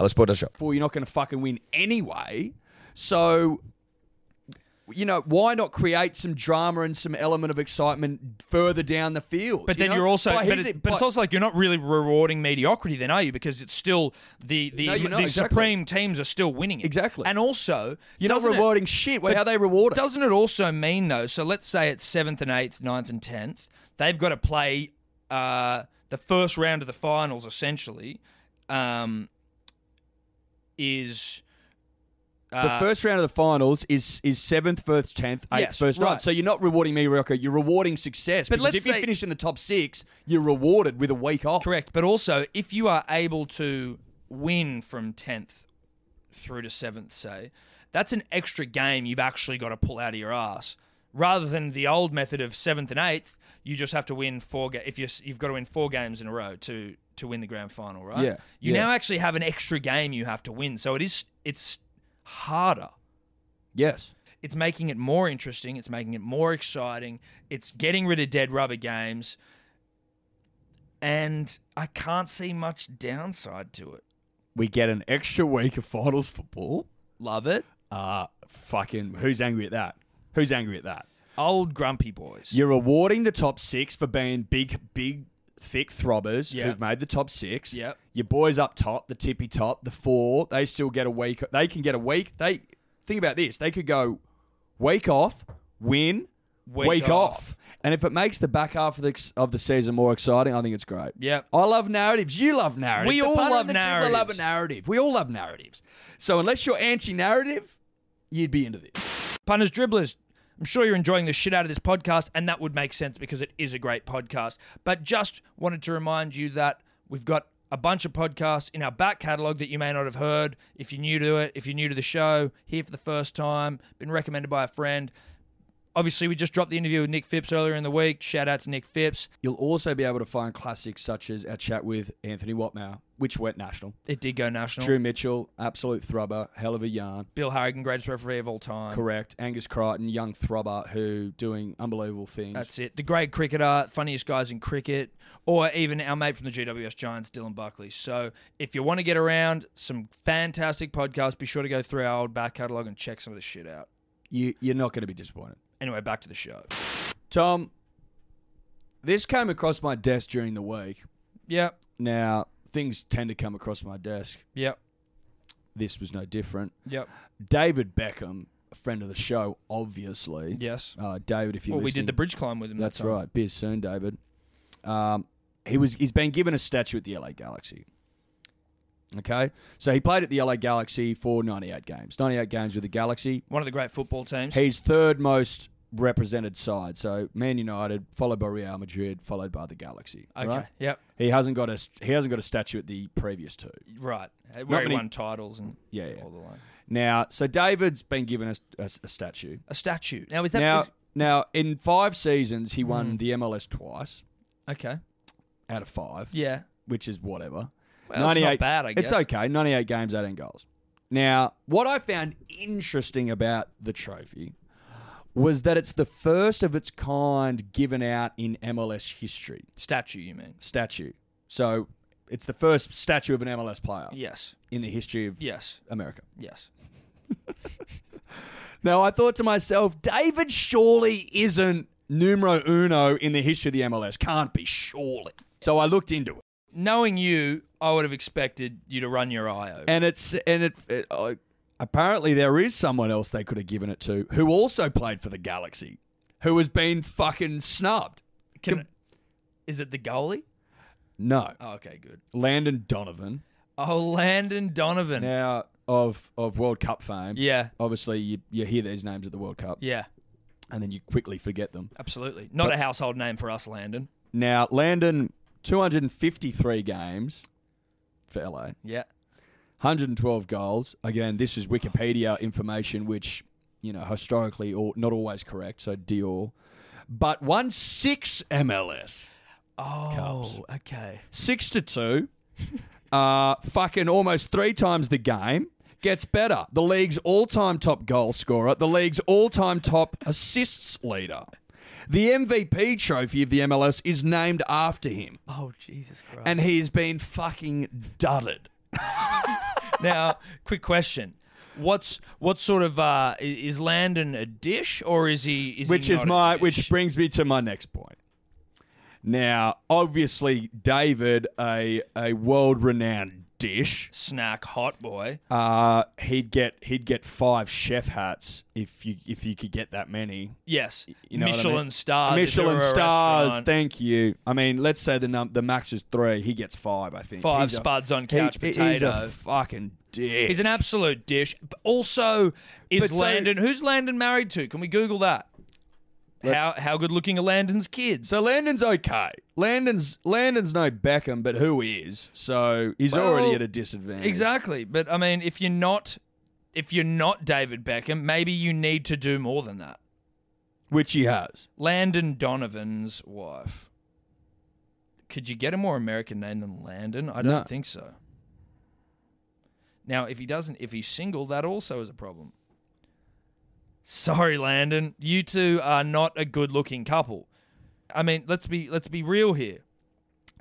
[SPEAKER 5] Hellosport.shop.
[SPEAKER 3] for you're not going to fucking win anyway. So, you know, why not create some drama and some element of excitement further down the field?
[SPEAKER 2] But
[SPEAKER 3] you
[SPEAKER 2] then
[SPEAKER 3] know?
[SPEAKER 2] you're also,
[SPEAKER 3] By
[SPEAKER 2] but,
[SPEAKER 3] his-
[SPEAKER 2] it, but
[SPEAKER 3] by-
[SPEAKER 2] it's also like you're not really rewarding mediocrity, then, are you? Because it's still the the,
[SPEAKER 3] No, you're not,
[SPEAKER 2] the
[SPEAKER 3] exactly.
[SPEAKER 2] supreme teams are still winning it.
[SPEAKER 3] Exactly.
[SPEAKER 2] And also,
[SPEAKER 3] you're not
[SPEAKER 2] doesn't it-
[SPEAKER 3] rewarding shit. Well,
[SPEAKER 2] but
[SPEAKER 3] how they reward it?
[SPEAKER 2] Doesn't it also mean though? So let's say it's seventh and eighth, ninth and tenth. They've got to play uh, the first round of the finals. Essentially, um, is
[SPEAKER 3] the
[SPEAKER 2] uh,
[SPEAKER 3] first round of the finals is is seventh, first, tenth, eighth,
[SPEAKER 2] Yes,
[SPEAKER 3] first, ninth.
[SPEAKER 2] right.
[SPEAKER 3] So you're not rewarding mediocre. You're rewarding success.
[SPEAKER 2] But
[SPEAKER 3] because
[SPEAKER 2] let's
[SPEAKER 3] if you
[SPEAKER 2] say-
[SPEAKER 3] finish in the top six, you're rewarded with a week off.
[SPEAKER 2] correct. But also, if you are able to win from tenth through to seventh, say, that's an extra game you've actually got to pull out of your ass. Rather than the old method of seventh and eighth, you just have to win four. Ga- if you you've got to win four games in a row to to win the grand final, right?
[SPEAKER 3] Yeah,
[SPEAKER 2] You
[SPEAKER 3] yeah.
[SPEAKER 2] now actually have an extra game you have to win, so it is it's harder.
[SPEAKER 3] Yes.
[SPEAKER 2] It's making it more interesting. It's making it more exciting. It's getting rid of dead rubber games, and I can't see much downside to it.
[SPEAKER 3] We get an extra week of finals football.
[SPEAKER 2] Love it,
[SPEAKER 3] Uh fucking who's angry at that? Who's angry at that?
[SPEAKER 2] old grumpy boys.
[SPEAKER 3] You're rewarding the top six for being big, big, thick throbbers
[SPEAKER 2] Yeah.
[SPEAKER 3] who've made the top six.
[SPEAKER 2] Yep.
[SPEAKER 3] Your boys up top, the tippy top, the four, they still get a week. They can get a week. They think about this. They could go week off, win, week,
[SPEAKER 2] Week
[SPEAKER 3] off.
[SPEAKER 2] off.
[SPEAKER 3] And if it makes the back half of the of the season more exciting, I think it's great.
[SPEAKER 2] Yep.
[SPEAKER 3] I love narratives. You love narratives.
[SPEAKER 2] We
[SPEAKER 3] The
[SPEAKER 2] all
[SPEAKER 3] punter and
[SPEAKER 2] love
[SPEAKER 3] the dribbler love a
[SPEAKER 2] narratives.
[SPEAKER 3] narrative. We all love narratives. So unless you're anti-narrative, you'd be into this.
[SPEAKER 2] Punters, dribblers, I'm sure you're enjoying the shit out of this podcast, and that would make sense because it is a great podcast. But just wanted to remind you that we've got a bunch of podcasts in our back catalogue that you may not have heard. If you're new to it, if you're new to the show, here for the first time, been recommended by a friend. Obviously, we just dropped the interview with Nick Phipps earlier in the week. Shout out to Nick Phipps.
[SPEAKER 3] You'll also be able to find classics such as our chat with Anthony Watmau, which went national.
[SPEAKER 2] It did go national.
[SPEAKER 3] Drew Mitchell, absolute throbber, hell of a yarn.
[SPEAKER 2] Bill Harrigan, greatest referee of all time.
[SPEAKER 3] Correct. Angus Crichton, young throbber who doing unbelievable things.
[SPEAKER 2] That's it. The great cricketer, funniest guys in cricket, or even our mate from the GWS Giants, Dylan Buckley. So if you want to get around some fantastic podcasts, be sure to go through our old back catalogue and check some of this shit out.
[SPEAKER 3] you, you're not going to be disappointed.
[SPEAKER 2] Anyway, back to the show.
[SPEAKER 3] Tom, this came across my desk during the week.
[SPEAKER 2] Yep,
[SPEAKER 3] Now, things tend to come across my desk.
[SPEAKER 2] yep.
[SPEAKER 3] This was no different.
[SPEAKER 2] Yep.
[SPEAKER 3] David Beckham, a friend of the show, obviously.
[SPEAKER 2] Yes.
[SPEAKER 3] Uh, David, if you
[SPEAKER 2] Well, we
[SPEAKER 3] listening,
[SPEAKER 2] did the bridge climb with him. that
[SPEAKER 3] That's
[SPEAKER 2] time.
[SPEAKER 3] right. Beers soon, David. Um, he was. He's been given a statue at the LA Galaxy. Okay, so he played at the LA Galaxy for 98 games. 98 games with the Galaxy.
[SPEAKER 2] One of the great football teams.
[SPEAKER 3] He's third most represented side. So Man United, followed by Real Madrid, followed by the Galaxy.
[SPEAKER 2] okay.
[SPEAKER 3] right?
[SPEAKER 2] Yep.
[SPEAKER 3] He hasn't got a. He hasn't got a statue at the previous two.
[SPEAKER 2] Right. Uh, Where he
[SPEAKER 3] many-
[SPEAKER 2] won titles and
[SPEAKER 3] Yeah, yeah.
[SPEAKER 2] all the like.
[SPEAKER 3] Now, so David's been given a, a- a statue.
[SPEAKER 2] A statue. Now is that
[SPEAKER 3] now,
[SPEAKER 2] is-
[SPEAKER 3] now in five seasons, he won the MLS twice
[SPEAKER 2] okay?
[SPEAKER 3] out of five,
[SPEAKER 2] Yeah.
[SPEAKER 3] which is whatever.
[SPEAKER 2] Well, it's not bad. I guess.
[SPEAKER 3] It's okay. 98 games, 18 goals. Now, what I found interesting about the trophy was that it's the first of its kind given out in MLS history
[SPEAKER 2] Statue, you mean?
[SPEAKER 3] statue. So it's the first statue of an MLS player
[SPEAKER 2] Yes.
[SPEAKER 3] in the history of
[SPEAKER 2] Yes.
[SPEAKER 3] America.
[SPEAKER 2] Yes.
[SPEAKER 3] Now, I thought to myself, David surely isn't numero uno in the history of the MLS. Can't be, surely. So I looked into it.
[SPEAKER 2] Knowing you, I would have expected you to run your eye over.
[SPEAKER 3] and it's and it, it uh, apparently there is someone else they could have given it to who also played for the Galaxy, who has been fucking snubbed.
[SPEAKER 2] Can, is it the goalie?
[SPEAKER 3] No,
[SPEAKER 2] Oh, okay, good.
[SPEAKER 3] Landon Donovan
[SPEAKER 2] Oh, Landon Donovan. Yeah.
[SPEAKER 3] now of of World Cup fame.
[SPEAKER 2] Yeah.
[SPEAKER 3] Obviously, you, you hear these names at the World Cup, and then you quickly forget them.
[SPEAKER 2] absolutely. Not a household name for us, Landon.
[SPEAKER 3] Now, Landon, 253 games for LA,
[SPEAKER 2] Yeah.
[SPEAKER 3] 112 goals. Again, this is Wikipedia information, which, you know, historically or not always correct, so Dior. But won six MLS,
[SPEAKER 2] Oh, okay.
[SPEAKER 3] six to two, uh, fucking almost three times the game. Gets better. The league's all time top goal scorer, the league's all time top assists leader. The MVP trophy of the MLS is named after him,
[SPEAKER 2] Oh, Jesus Christ.
[SPEAKER 3] and he's been fucking dudded.
[SPEAKER 2] now, quick question. What's what sort of uh, i- is Landon a dish or is he is he
[SPEAKER 3] which is
[SPEAKER 2] not a
[SPEAKER 3] my
[SPEAKER 2] dish?
[SPEAKER 3] which brings me to my next point. Now, obviously, David, a a world renowned dish,
[SPEAKER 2] snack hot boy?
[SPEAKER 3] uh, he'd get he'd get five chef hats if you if you could get that many.
[SPEAKER 2] Yes,
[SPEAKER 3] You know what I mean?
[SPEAKER 2] Michelin stars. if there
[SPEAKER 3] Michelin
[SPEAKER 2] were a
[SPEAKER 3] stars.
[SPEAKER 2] restaurant.
[SPEAKER 3] Thank you. I mean, let's say the num- the max is three. He gets five. I think
[SPEAKER 2] Five
[SPEAKER 3] He's a-
[SPEAKER 2] spuds on couch
[SPEAKER 3] he- He's
[SPEAKER 2] potato.
[SPEAKER 3] a fucking dick.
[SPEAKER 2] He's an absolute dish. But also, is
[SPEAKER 3] But so-
[SPEAKER 2] Landon who's Landon married to? Can we Google that? How how good looking are Landon's kids?
[SPEAKER 3] so Landon's okay. Landon's Landon's no Beckham, but who is? So he's already
[SPEAKER 2] Well,
[SPEAKER 3] at a disadvantage.
[SPEAKER 2] exactly. But I mean, if you're not if you're not David Beckham, maybe you need to do more than that.
[SPEAKER 3] which he has.
[SPEAKER 2] Landon Donovan's wife. Could you get a more American name than Landon? I don't
[SPEAKER 3] No.
[SPEAKER 2] think so. Now, if he doesn't, if he's single, that also is a problem. Sorry, Landon, you two are not a good-looking couple. I mean, let's be let's be real here.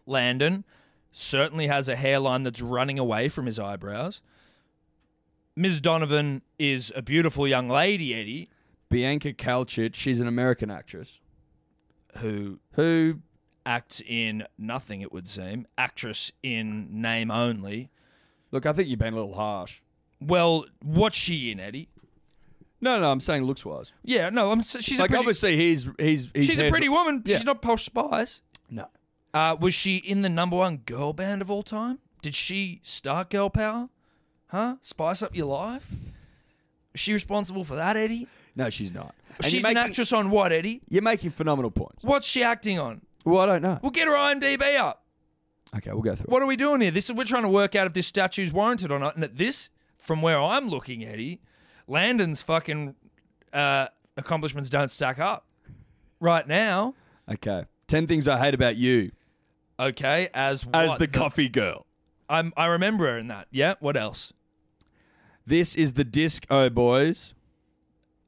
[SPEAKER 2] Landon certainly has a hairline that's running away from his eyebrows. Ms. Donovan is a beautiful young lady, Eddie,
[SPEAKER 3] Bianca Kalchich, she's an American actress
[SPEAKER 2] who
[SPEAKER 3] who
[SPEAKER 2] act in nothing, it would seem. Actress in name only.
[SPEAKER 3] look, I think you've been a little harsh.
[SPEAKER 2] Well, what's she in, Eddie?
[SPEAKER 3] No, no, I'm saying looks wise.
[SPEAKER 2] Yeah, no, I'm, s- she's
[SPEAKER 3] like
[SPEAKER 2] a pretty,
[SPEAKER 3] obviously he's he's, he's
[SPEAKER 2] she's a pretty woman.
[SPEAKER 3] Yeah.
[SPEAKER 2] She's not posh spies.
[SPEAKER 3] No.
[SPEAKER 2] Uh, was she in the number one girl band of all time? Did she start Girl Power? Huh? Spice up your life? Is she responsible for that, Eddie?
[SPEAKER 3] No, she's not. And
[SPEAKER 2] she's
[SPEAKER 3] you're making,
[SPEAKER 2] an actress on what, Eddie?
[SPEAKER 3] You're making phenomenal points.
[SPEAKER 2] What's she acting on?
[SPEAKER 3] Well, I don't know.
[SPEAKER 2] We'll get her IMDb up.
[SPEAKER 3] Okay, we'll go through. it.
[SPEAKER 2] What are we doing here? This is we're trying to work out if this statue's warranted or not. And at this, from where I'm looking, Eddie, Landon's fucking uh, accomplishments don't stack up right now.
[SPEAKER 3] Okay, ten things I hate about you
[SPEAKER 2] Okay, as
[SPEAKER 3] as
[SPEAKER 2] what?
[SPEAKER 3] the coffee girl.
[SPEAKER 2] I'm, I remember her in that. Yeah. What else?
[SPEAKER 3] This is the disc. Oh, boys,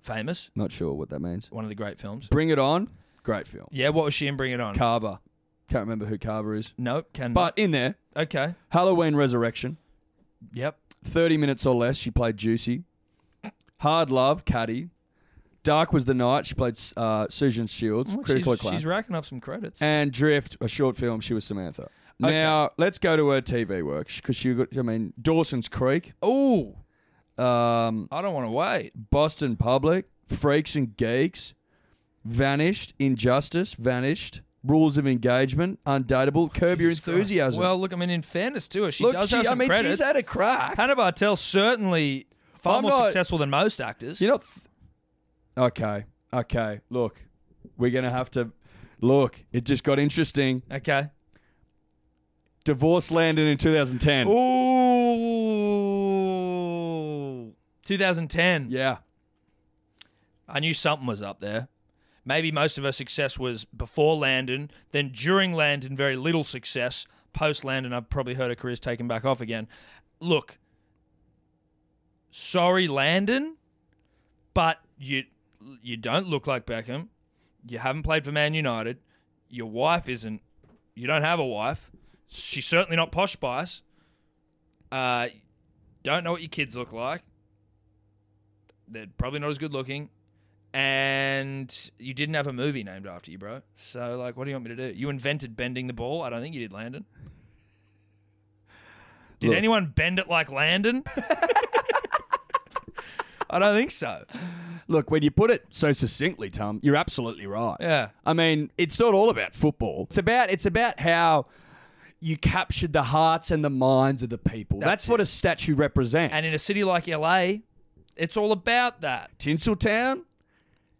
[SPEAKER 2] Famous.
[SPEAKER 3] not sure what that means.
[SPEAKER 2] One of the great films.
[SPEAKER 3] Bring it on. Great film.
[SPEAKER 2] Yeah. What was she in? Bring It On.
[SPEAKER 3] Carver. Can't remember who Carver is,
[SPEAKER 2] nope. Can.
[SPEAKER 3] but in there,
[SPEAKER 2] okay.
[SPEAKER 3] Halloween Resurrection.
[SPEAKER 2] Yep.
[SPEAKER 3] 30 minutes or less, she played Juicy. Hard Love, Caddy. Dark Was the Night, she played uh, Susan Shields,
[SPEAKER 2] Well,
[SPEAKER 6] Oh,
[SPEAKER 3] critical
[SPEAKER 2] she's,
[SPEAKER 3] acclaim.
[SPEAKER 2] she's racking up some credits.
[SPEAKER 3] and Drift, a short film, she was Samantha. Now let's go to her TV work because you. Got, I mean, Dawson's Creek,
[SPEAKER 6] Oh,
[SPEAKER 3] um,
[SPEAKER 6] I don't want to wait.
[SPEAKER 3] Boston Public, Freaks and Geeks, Vanished, Injustice, Vanished, Rules of Engagement, Undateable, Curb Your Enthusiasm.
[SPEAKER 6] Well, look, I mean, in fairness to her, she
[SPEAKER 3] Look,
[SPEAKER 6] does
[SPEAKER 3] she,
[SPEAKER 6] have
[SPEAKER 3] I
[SPEAKER 6] some
[SPEAKER 3] mean,
[SPEAKER 6] credits.
[SPEAKER 3] she's had a crack.
[SPEAKER 6] Hannah Bartel certainly far
[SPEAKER 3] I'm
[SPEAKER 6] more
[SPEAKER 3] not-
[SPEAKER 6] successful than most actors.
[SPEAKER 3] You're not. Th- okay. Okay. Look, we're gonna have to. Look, it just got interesting.
[SPEAKER 6] okay.
[SPEAKER 3] Divorce landed in 2010.
[SPEAKER 6] Ooh. 2010.
[SPEAKER 3] Yeah.
[SPEAKER 6] I knew something was up there. Maybe most of her success was before Landon, then during Landon, very little success. Post Landon, I've probably heard her career's taken back off again. Look, sorry, Landon, but you you don't look like Beckham. You haven't played for Man United. Your wife isn't. You don't have a wife. She's certainly not Posh Spice. Uh, don't know what your kids look like. They're probably not as good looking and you didn't have a movie named after you, bro. So, like, what do you want me to do? You invented bending the ball. I don't think you did, Landon. Did
[SPEAKER 3] Look.
[SPEAKER 6] anyone bend it like Landon? I don't think so.
[SPEAKER 3] Look, when you put it so succinctly, Tom, you're absolutely right.
[SPEAKER 6] Yeah.
[SPEAKER 3] I mean, it's not all about football. It's about it's about how you captured the hearts and the minds of the people. That's,
[SPEAKER 6] That's
[SPEAKER 3] what a statue represents.
[SPEAKER 6] And in a city like LA, it's all about that.
[SPEAKER 3] Tinseltown,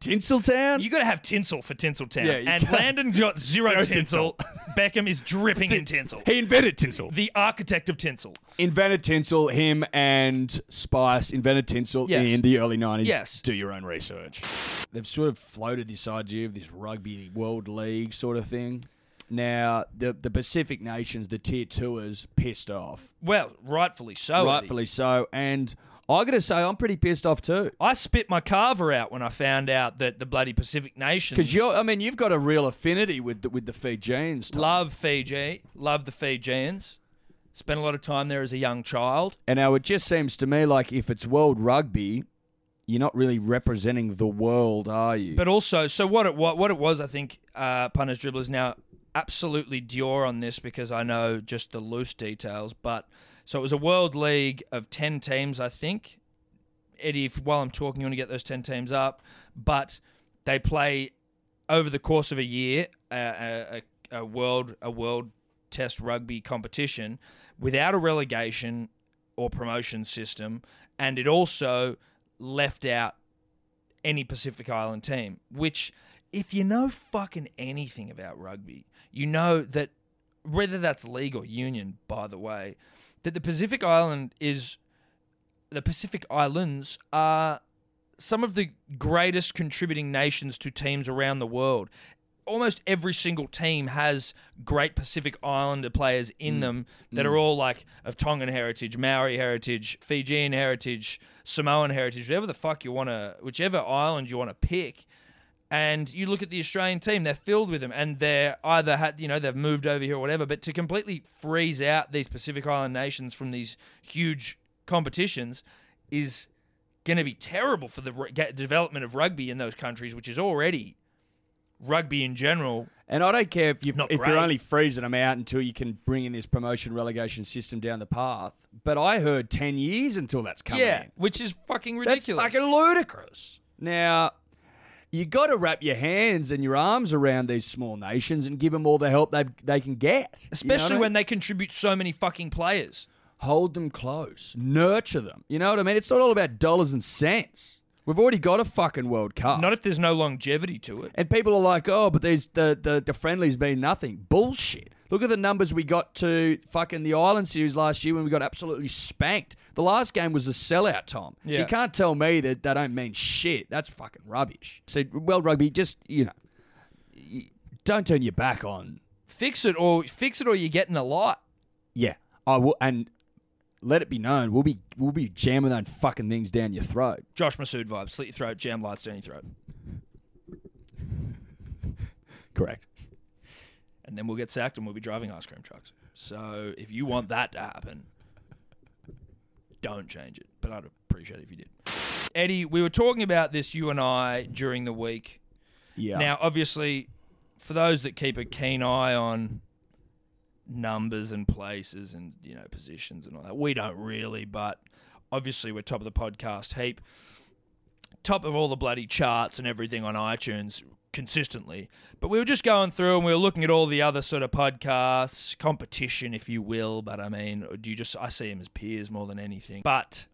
[SPEAKER 3] Tinseltown.
[SPEAKER 6] You got to have tinsel for Tinseltown.
[SPEAKER 3] Yeah, you
[SPEAKER 6] and
[SPEAKER 3] can't-
[SPEAKER 6] Landon got zero,
[SPEAKER 3] Zero
[SPEAKER 6] tinsel. Beckham is dripping in tinsel.
[SPEAKER 3] he invented tinsel.
[SPEAKER 6] The architect of tinsel.
[SPEAKER 3] invented tinsel. Him and Spice invented tinsel
[SPEAKER 6] Yes.
[SPEAKER 3] in the early nineties.
[SPEAKER 6] Yes.
[SPEAKER 3] do your own research. They've sort of floated this idea of this rugby world league sort of thing. Now, the the Pacific nations, the tier twoers, pissed off.
[SPEAKER 6] Well, rightfully so. Eddie.
[SPEAKER 3] Rightfully so. And I gotta say, I'm pretty pissed off too.
[SPEAKER 6] I spit my carver out when I found out that the bloody Pacific Nations.
[SPEAKER 3] Because you, are I mean, you've got a real affinity with the, with the Fijians. Tom.
[SPEAKER 6] Love Fiji. Love the Fijians. Spent a lot of time there as a young child.
[SPEAKER 3] And now it just seems to me like if it's world rugby, you're not really representing the world, are you?
[SPEAKER 6] But also, so what it what, what it was, I think, uh, punters dribblers now absolutely Dior on this because I know just the loose details. But so it was a World League of ten teams, I think. Eddie, if, while I'm talking, you want to get those ten teams up, but they play over the course of a year a, a, a, a world a world test rugby competition without a relegation or promotion system, and it also left out any Pacific Island team, which, if you know fucking anything about rugby, you know that whether that's league or union, by the way, that the Pacific Island is the Pacific Islands are some of the greatest contributing nations to teams around the world. Almost every single team has great Pacific Islander players in them that are all like of Tongan heritage, Maori heritage, Fijian heritage, Samoan heritage, whatever the fuck you want to, whichever island you want to pick. And you look at the Australian team; they're filled with them, and they're either had you know they've moved over here or whatever. But to completely freeze out these Pacific Island nations from these huge competitions is going to be terrible for the ru- ga- development of rugby in those countries, which is already rugby in general.
[SPEAKER 3] and I don't care if, you,
[SPEAKER 6] Not
[SPEAKER 3] if you're
[SPEAKER 6] great.
[SPEAKER 3] only freezing them out until you can bring in this promotion relegation system down the path. But I heard 10 years until that's coming
[SPEAKER 6] yeah,
[SPEAKER 3] in.
[SPEAKER 6] which is fucking
[SPEAKER 3] That's
[SPEAKER 6] ridiculous.
[SPEAKER 3] fucking ludicrous. Now, you got to wrap your hands and your arms around these small nations and give them all the help they they can get.
[SPEAKER 6] Especially when they contribute so many fucking players.
[SPEAKER 3] hold them close, nurture them. You know what I mean? It's not all about dollars and cents. We've already got a fucking World Cup.
[SPEAKER 6] Not if there's no longevity to it.
[SPEAKER 3] and people are like, oh, but these the, the the friendlies mean nothing. Bullshit. Look at the numbers we got to fucking the Island series last year when we got absolutely spanked. The last game was a sellout, Tom. So
[SPEAKER 6] Yeah.
[SPEAKER 3] you can't tell me that they don't mean shit. That's fucking rubbish. So World Rugby, just you know, y- don't turn your back on.
[SPEAKER 6] Fix it or fix it or you're getting a lot.
[SPEAKER 3] Yeah, I will, and let it be known we'll be we'll be jamming those fucking things down your throat.
[SPEAKER 6] Josh Masood vibes, slit your throat, jam lights down your throat.
[SPEAKER 3] Correct.
[SPEAKER 6] And then we'll get sacked and we'll be driving ice cream trucks. So if you want that to happen, don't change it. But I'd appreciate it if you did. Eddie, we were talking about this, you and I, during the week.
[SPEAKER 3] Yeah.
[SPEAKER 6] Now, obviously, for those that keep a keen eye on numbers and places and you know positions and all that. We don't really, but obviously we're top of the podcast heap, top of all the bloody charts and everything on iTunes consistently. But we were just going through and we were looking at all the other sort of podcasts, competition, if you will. But I mean, do you just I see them as peers more than anything. But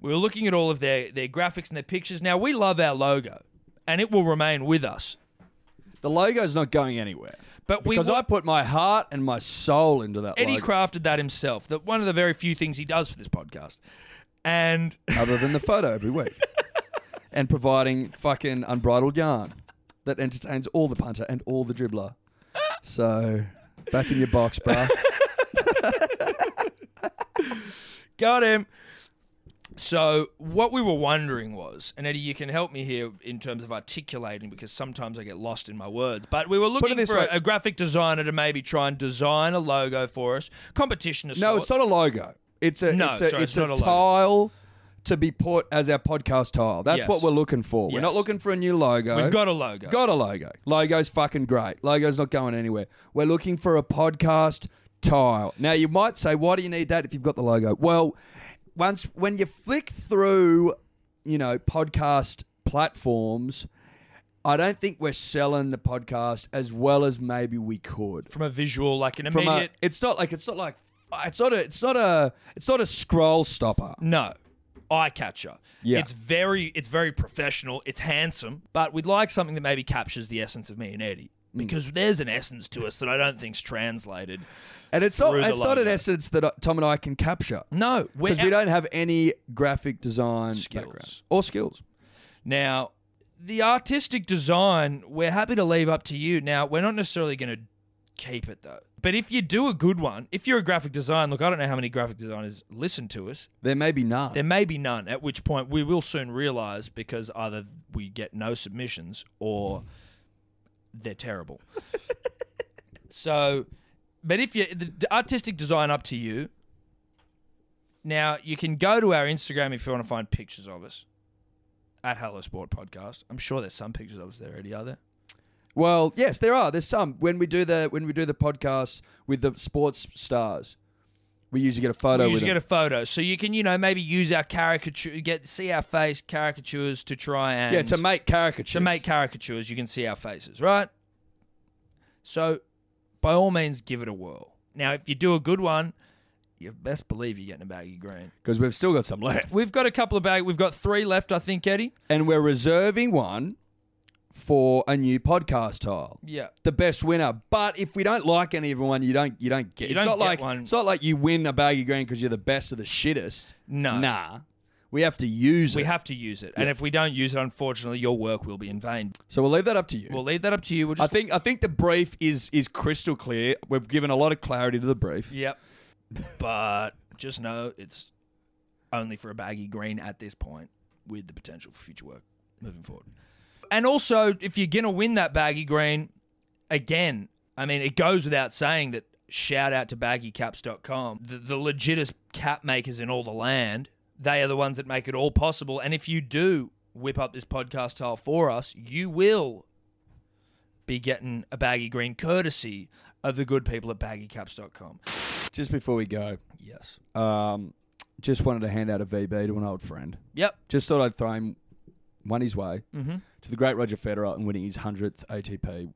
[SPEAKER 6] we were looking at all of their their graphics and their pictures. Now we love our logo, and it will remain with us.
[SPEAKER 3] The logo's not going anywhere.
[SPEAKER 6] But we
[SPEAKER 3] Because
[SPEAKER 6] wa-
[SPEAKER 3] I put my heart and my soul into that
[SPEAKER 6] Eddie
[SPEAKER 3] logo,
[SPEAKER 6] crafted that himself. That one of the very few things he does for this podcast. And
[SPEAKER 3] other than the photo every week. and providing fucking unbridled yarn that entertains all the punter and all the dribbler. So, back in your box, bruh.
[SPEAKER 6] got him. So what we were wondering was, and Eddie, you can help me here in terms of articulating because sometimes I get lost in my words. But we were looking
[SPEAKER 3] this
[SPEAKER 6] for
[SPEAKER 3] way.
[SPEAKER 6] a, a graphic designer to maybe try and design a logo for us. Competition is
[SPEAKER 3] No, it's not a logo. It's a
[SPEAKER 6] No,
[SPEAKER 3] it's a,
[SPEAKER 6] sorry,
[SPEAKER 3] it's
[SPEAKER 6] it's not
[SPEAKER 3] a
[SPEAKER 6] a logo.
[SPEAKER 3] tile to be put as our podcast tile. That's
[SPEAKER 6] Yes.
[SPEAKER 3] what we're looking for. We're not
[SPEAKER 6] Yes.
[SPEAKER 3] looking for a new logo.
[SPEAKER 6] We've got a logo.
[SPEAKER 3] Got a logo. Logo's fucking great. Logo's not going anywhere. We're looking for a podcast tile. Now you might say, why do you need that if you've got the logo? Well, once when you flick through, you know, podcast platforms, I don't think we're selling the podcast as well as maybe we could.
[SPEAKER 6] from a visual, like an
[SPEAKER 3] From a,
[SPEAKER 6] immediate.
[SPEAKER 3] it's not like it's not like it's not a it's not a it's not a scroll stopper.
[SPEAKER 6] No. Eye catcher.
[SPEAKER 3] Yeah.
[SPEAKER 6] It's very it's very professional. It's handsome, but we'd like something that maybe captures the essence of me and Eddie.
[SPEAKER 3] Mm.
[SPEAKER 6] Because there's an essence to us that I don't think's translated.
[SPEAKER 3] And it's not
[SPEAKER 6] Through the
[SPEAKER 3] it's not an
[SPEAKER 6] logo.
[SPEAKER 3] essence that uh, Tom and I can capture.
[SPEAKER 6] No, we're
[SPEAKER 3] Because we don't have any graphic design
[SPEAKER 6] Skills.
[SPEAKER 3] background or skills.
[SPEAKER 6] Now, the artistic design, we're happy to leave up to you. Now, we're not necessarily going to keep it though. But if you do a good one, if you're a graphic design, look, I don't know how many graphic designers listen to us.
[SPEAKER 3] There may be none.
[SPEAKER 6] There may be none, at which point we will soon realize because either we get no submissions or they're terrible. so, but if you, the the artistic design up to you. Now, you can go to our Instagram if you want to find pictures of us at Hello Sport Podcast. I'm sure there's some pictures of us there already, are there?
[SPEAKER 3] well, yes, there are. There's some when we do the when we do the podcast with the sports stars. We usually get a photo.
[SPEAKER 6] You
[SPEAKER 3] with
[SPEAKER 6] just get
[SPEAKER 3] them.
[SPEAKER 6] a photo. So you can, you know, maybe use our caricature, get see our face caricatures to try and.
[SPEAKER 3] yeah to make caricatures.
[SPEAKER 6] to make caricatures, you can see our faces, right? So, by all means, give it a whirl. Now, if you do a good one, you best believe you're getting a baggy green.
[SPEAKER 3] because we've still got some left,
[SPEAKER 6] We've got a couple of bag. We've got three left, I think, Eddie.
[SPEAKER 3] and we're reserving one for a new podcast tile.
[SPEAKER 6] Yeah.
[SPEAKER 3] the best winner. But if we don't like any of one, you don't you don't get.
[SPEAKER 6] You
[SPEAKER 3] it's not
[SPEAKER 6] don't get
[SPEAKER 3] like
[SPEAKER 6] one.
[SPEAKER 3] it's not like you win a baggy green because you're the best of the shittest.
[SPEAKER 6] No.
[SPEAKER 3] nah. We have to use
[SPEAKER 6] We
[SPEAKER 3] it.
[SPEAKER 6] have to use it, and if we don't use it, unfortunately, your work will be in vain.
[SPEAKER 3] so we'll leave that up to you.
[SPEAKER 6] We'll leave that up to you. We'll
[SPEAKER 3] I
[SPEAKER 6] just.
[SPEAKER 3] think I think the brief is is crystal clear. We've given a lot of clarity to the brief.
[SPEAKER 6] Yep. but just know it's only for a baggy green at this point, with the potential for future work moving forward. And also, if you're gonna win that baggy green, again, I mean, it goes without saying that shout out to baggycaps.com, the, the legitest cap makers in all the land. They are the ones that make it all possible. And if you do whip up this podcast tile for us, you will be getting a baggy green courtesy of the good people at baggycaps.com.
[SPEAKER 3] Just before we go,
[SPEAKER 6] Yes.
[SPEAKER 3] um, just wanted to hand out a VB to an old friend.
[SPEAKER 6] Yep.
[SPEAKER 3] Just thought I'd throw him one his way to the great Roger Federer and winning his hundredth ATP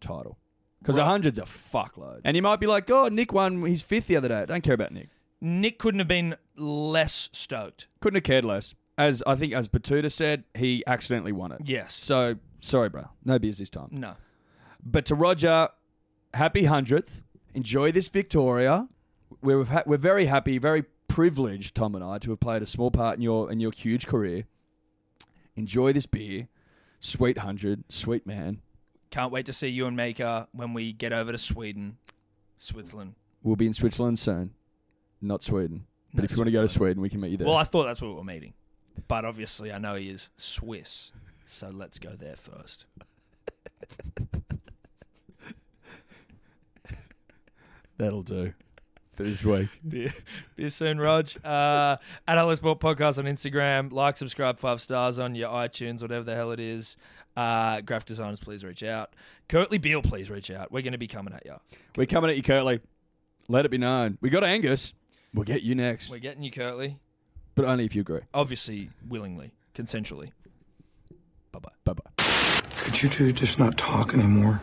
[SPEAKER 3] title. Because a hundred's a fuckload. And you might be like, oh, Nick won his fifth the other day. I don't care about Nick.
[SPEAKER 6] Nick couldn't have been less stoked.
[SPEAKER 3] Couldn't have cared less. As I think, as Batuta said, he accidentally won it.
[SPEAKER 6] Yes.
[SPEAKER 3] So sorry, bro. No beers this time.
[SPEAKER 6] No.
[SPEAKER 3] But to Roger, happy hundredth. Enjoy this Victoria. We're ha- we're very happy, very privileged, Tom and I, to have played a small part in your in your huge career. Enjoy this beer, sweet hundred, sweet man.
[SPEAKER 6] Can't wait to see you and Maker when we get over to Sweden, Switzerland.
[SPEAKER 3] We'll be in Switzerland soon, not Sweden. But
[SPEAKER 6] No,
[SPEAKER 3] if you want to go to Sweden, we can meet you there.
[SPEAKER 6] Well, I thought that's what we were meeting. But obviously, I know he is Swiss. So let's go there first.
[SPEAKER 3] That'll do. for this week.
[SPEAKER 6] Be, be soon, Rog. Uh, at Alice Sport Podcast on Instagram. Like, subscribe, five stars on your iTunes, whatever the hell it is. Uh, graphic designers, please reach out. Curtly Beale, please reach out. We're going to be coming at you.
[SPEAKER 3] We're coming at you, Curtly. Let it be known. We got Angus. We'll get you next,
[SPEAKER 6] We're getting you, Curtly.
[SPEAKER 3] but only if you agree.
[SPEAKER 6] Obviously, willingly, consensually. Bye bye.
[SPEAKER 3] Bye bye.
[SPEAKER 7] Could you two just not talk anymore?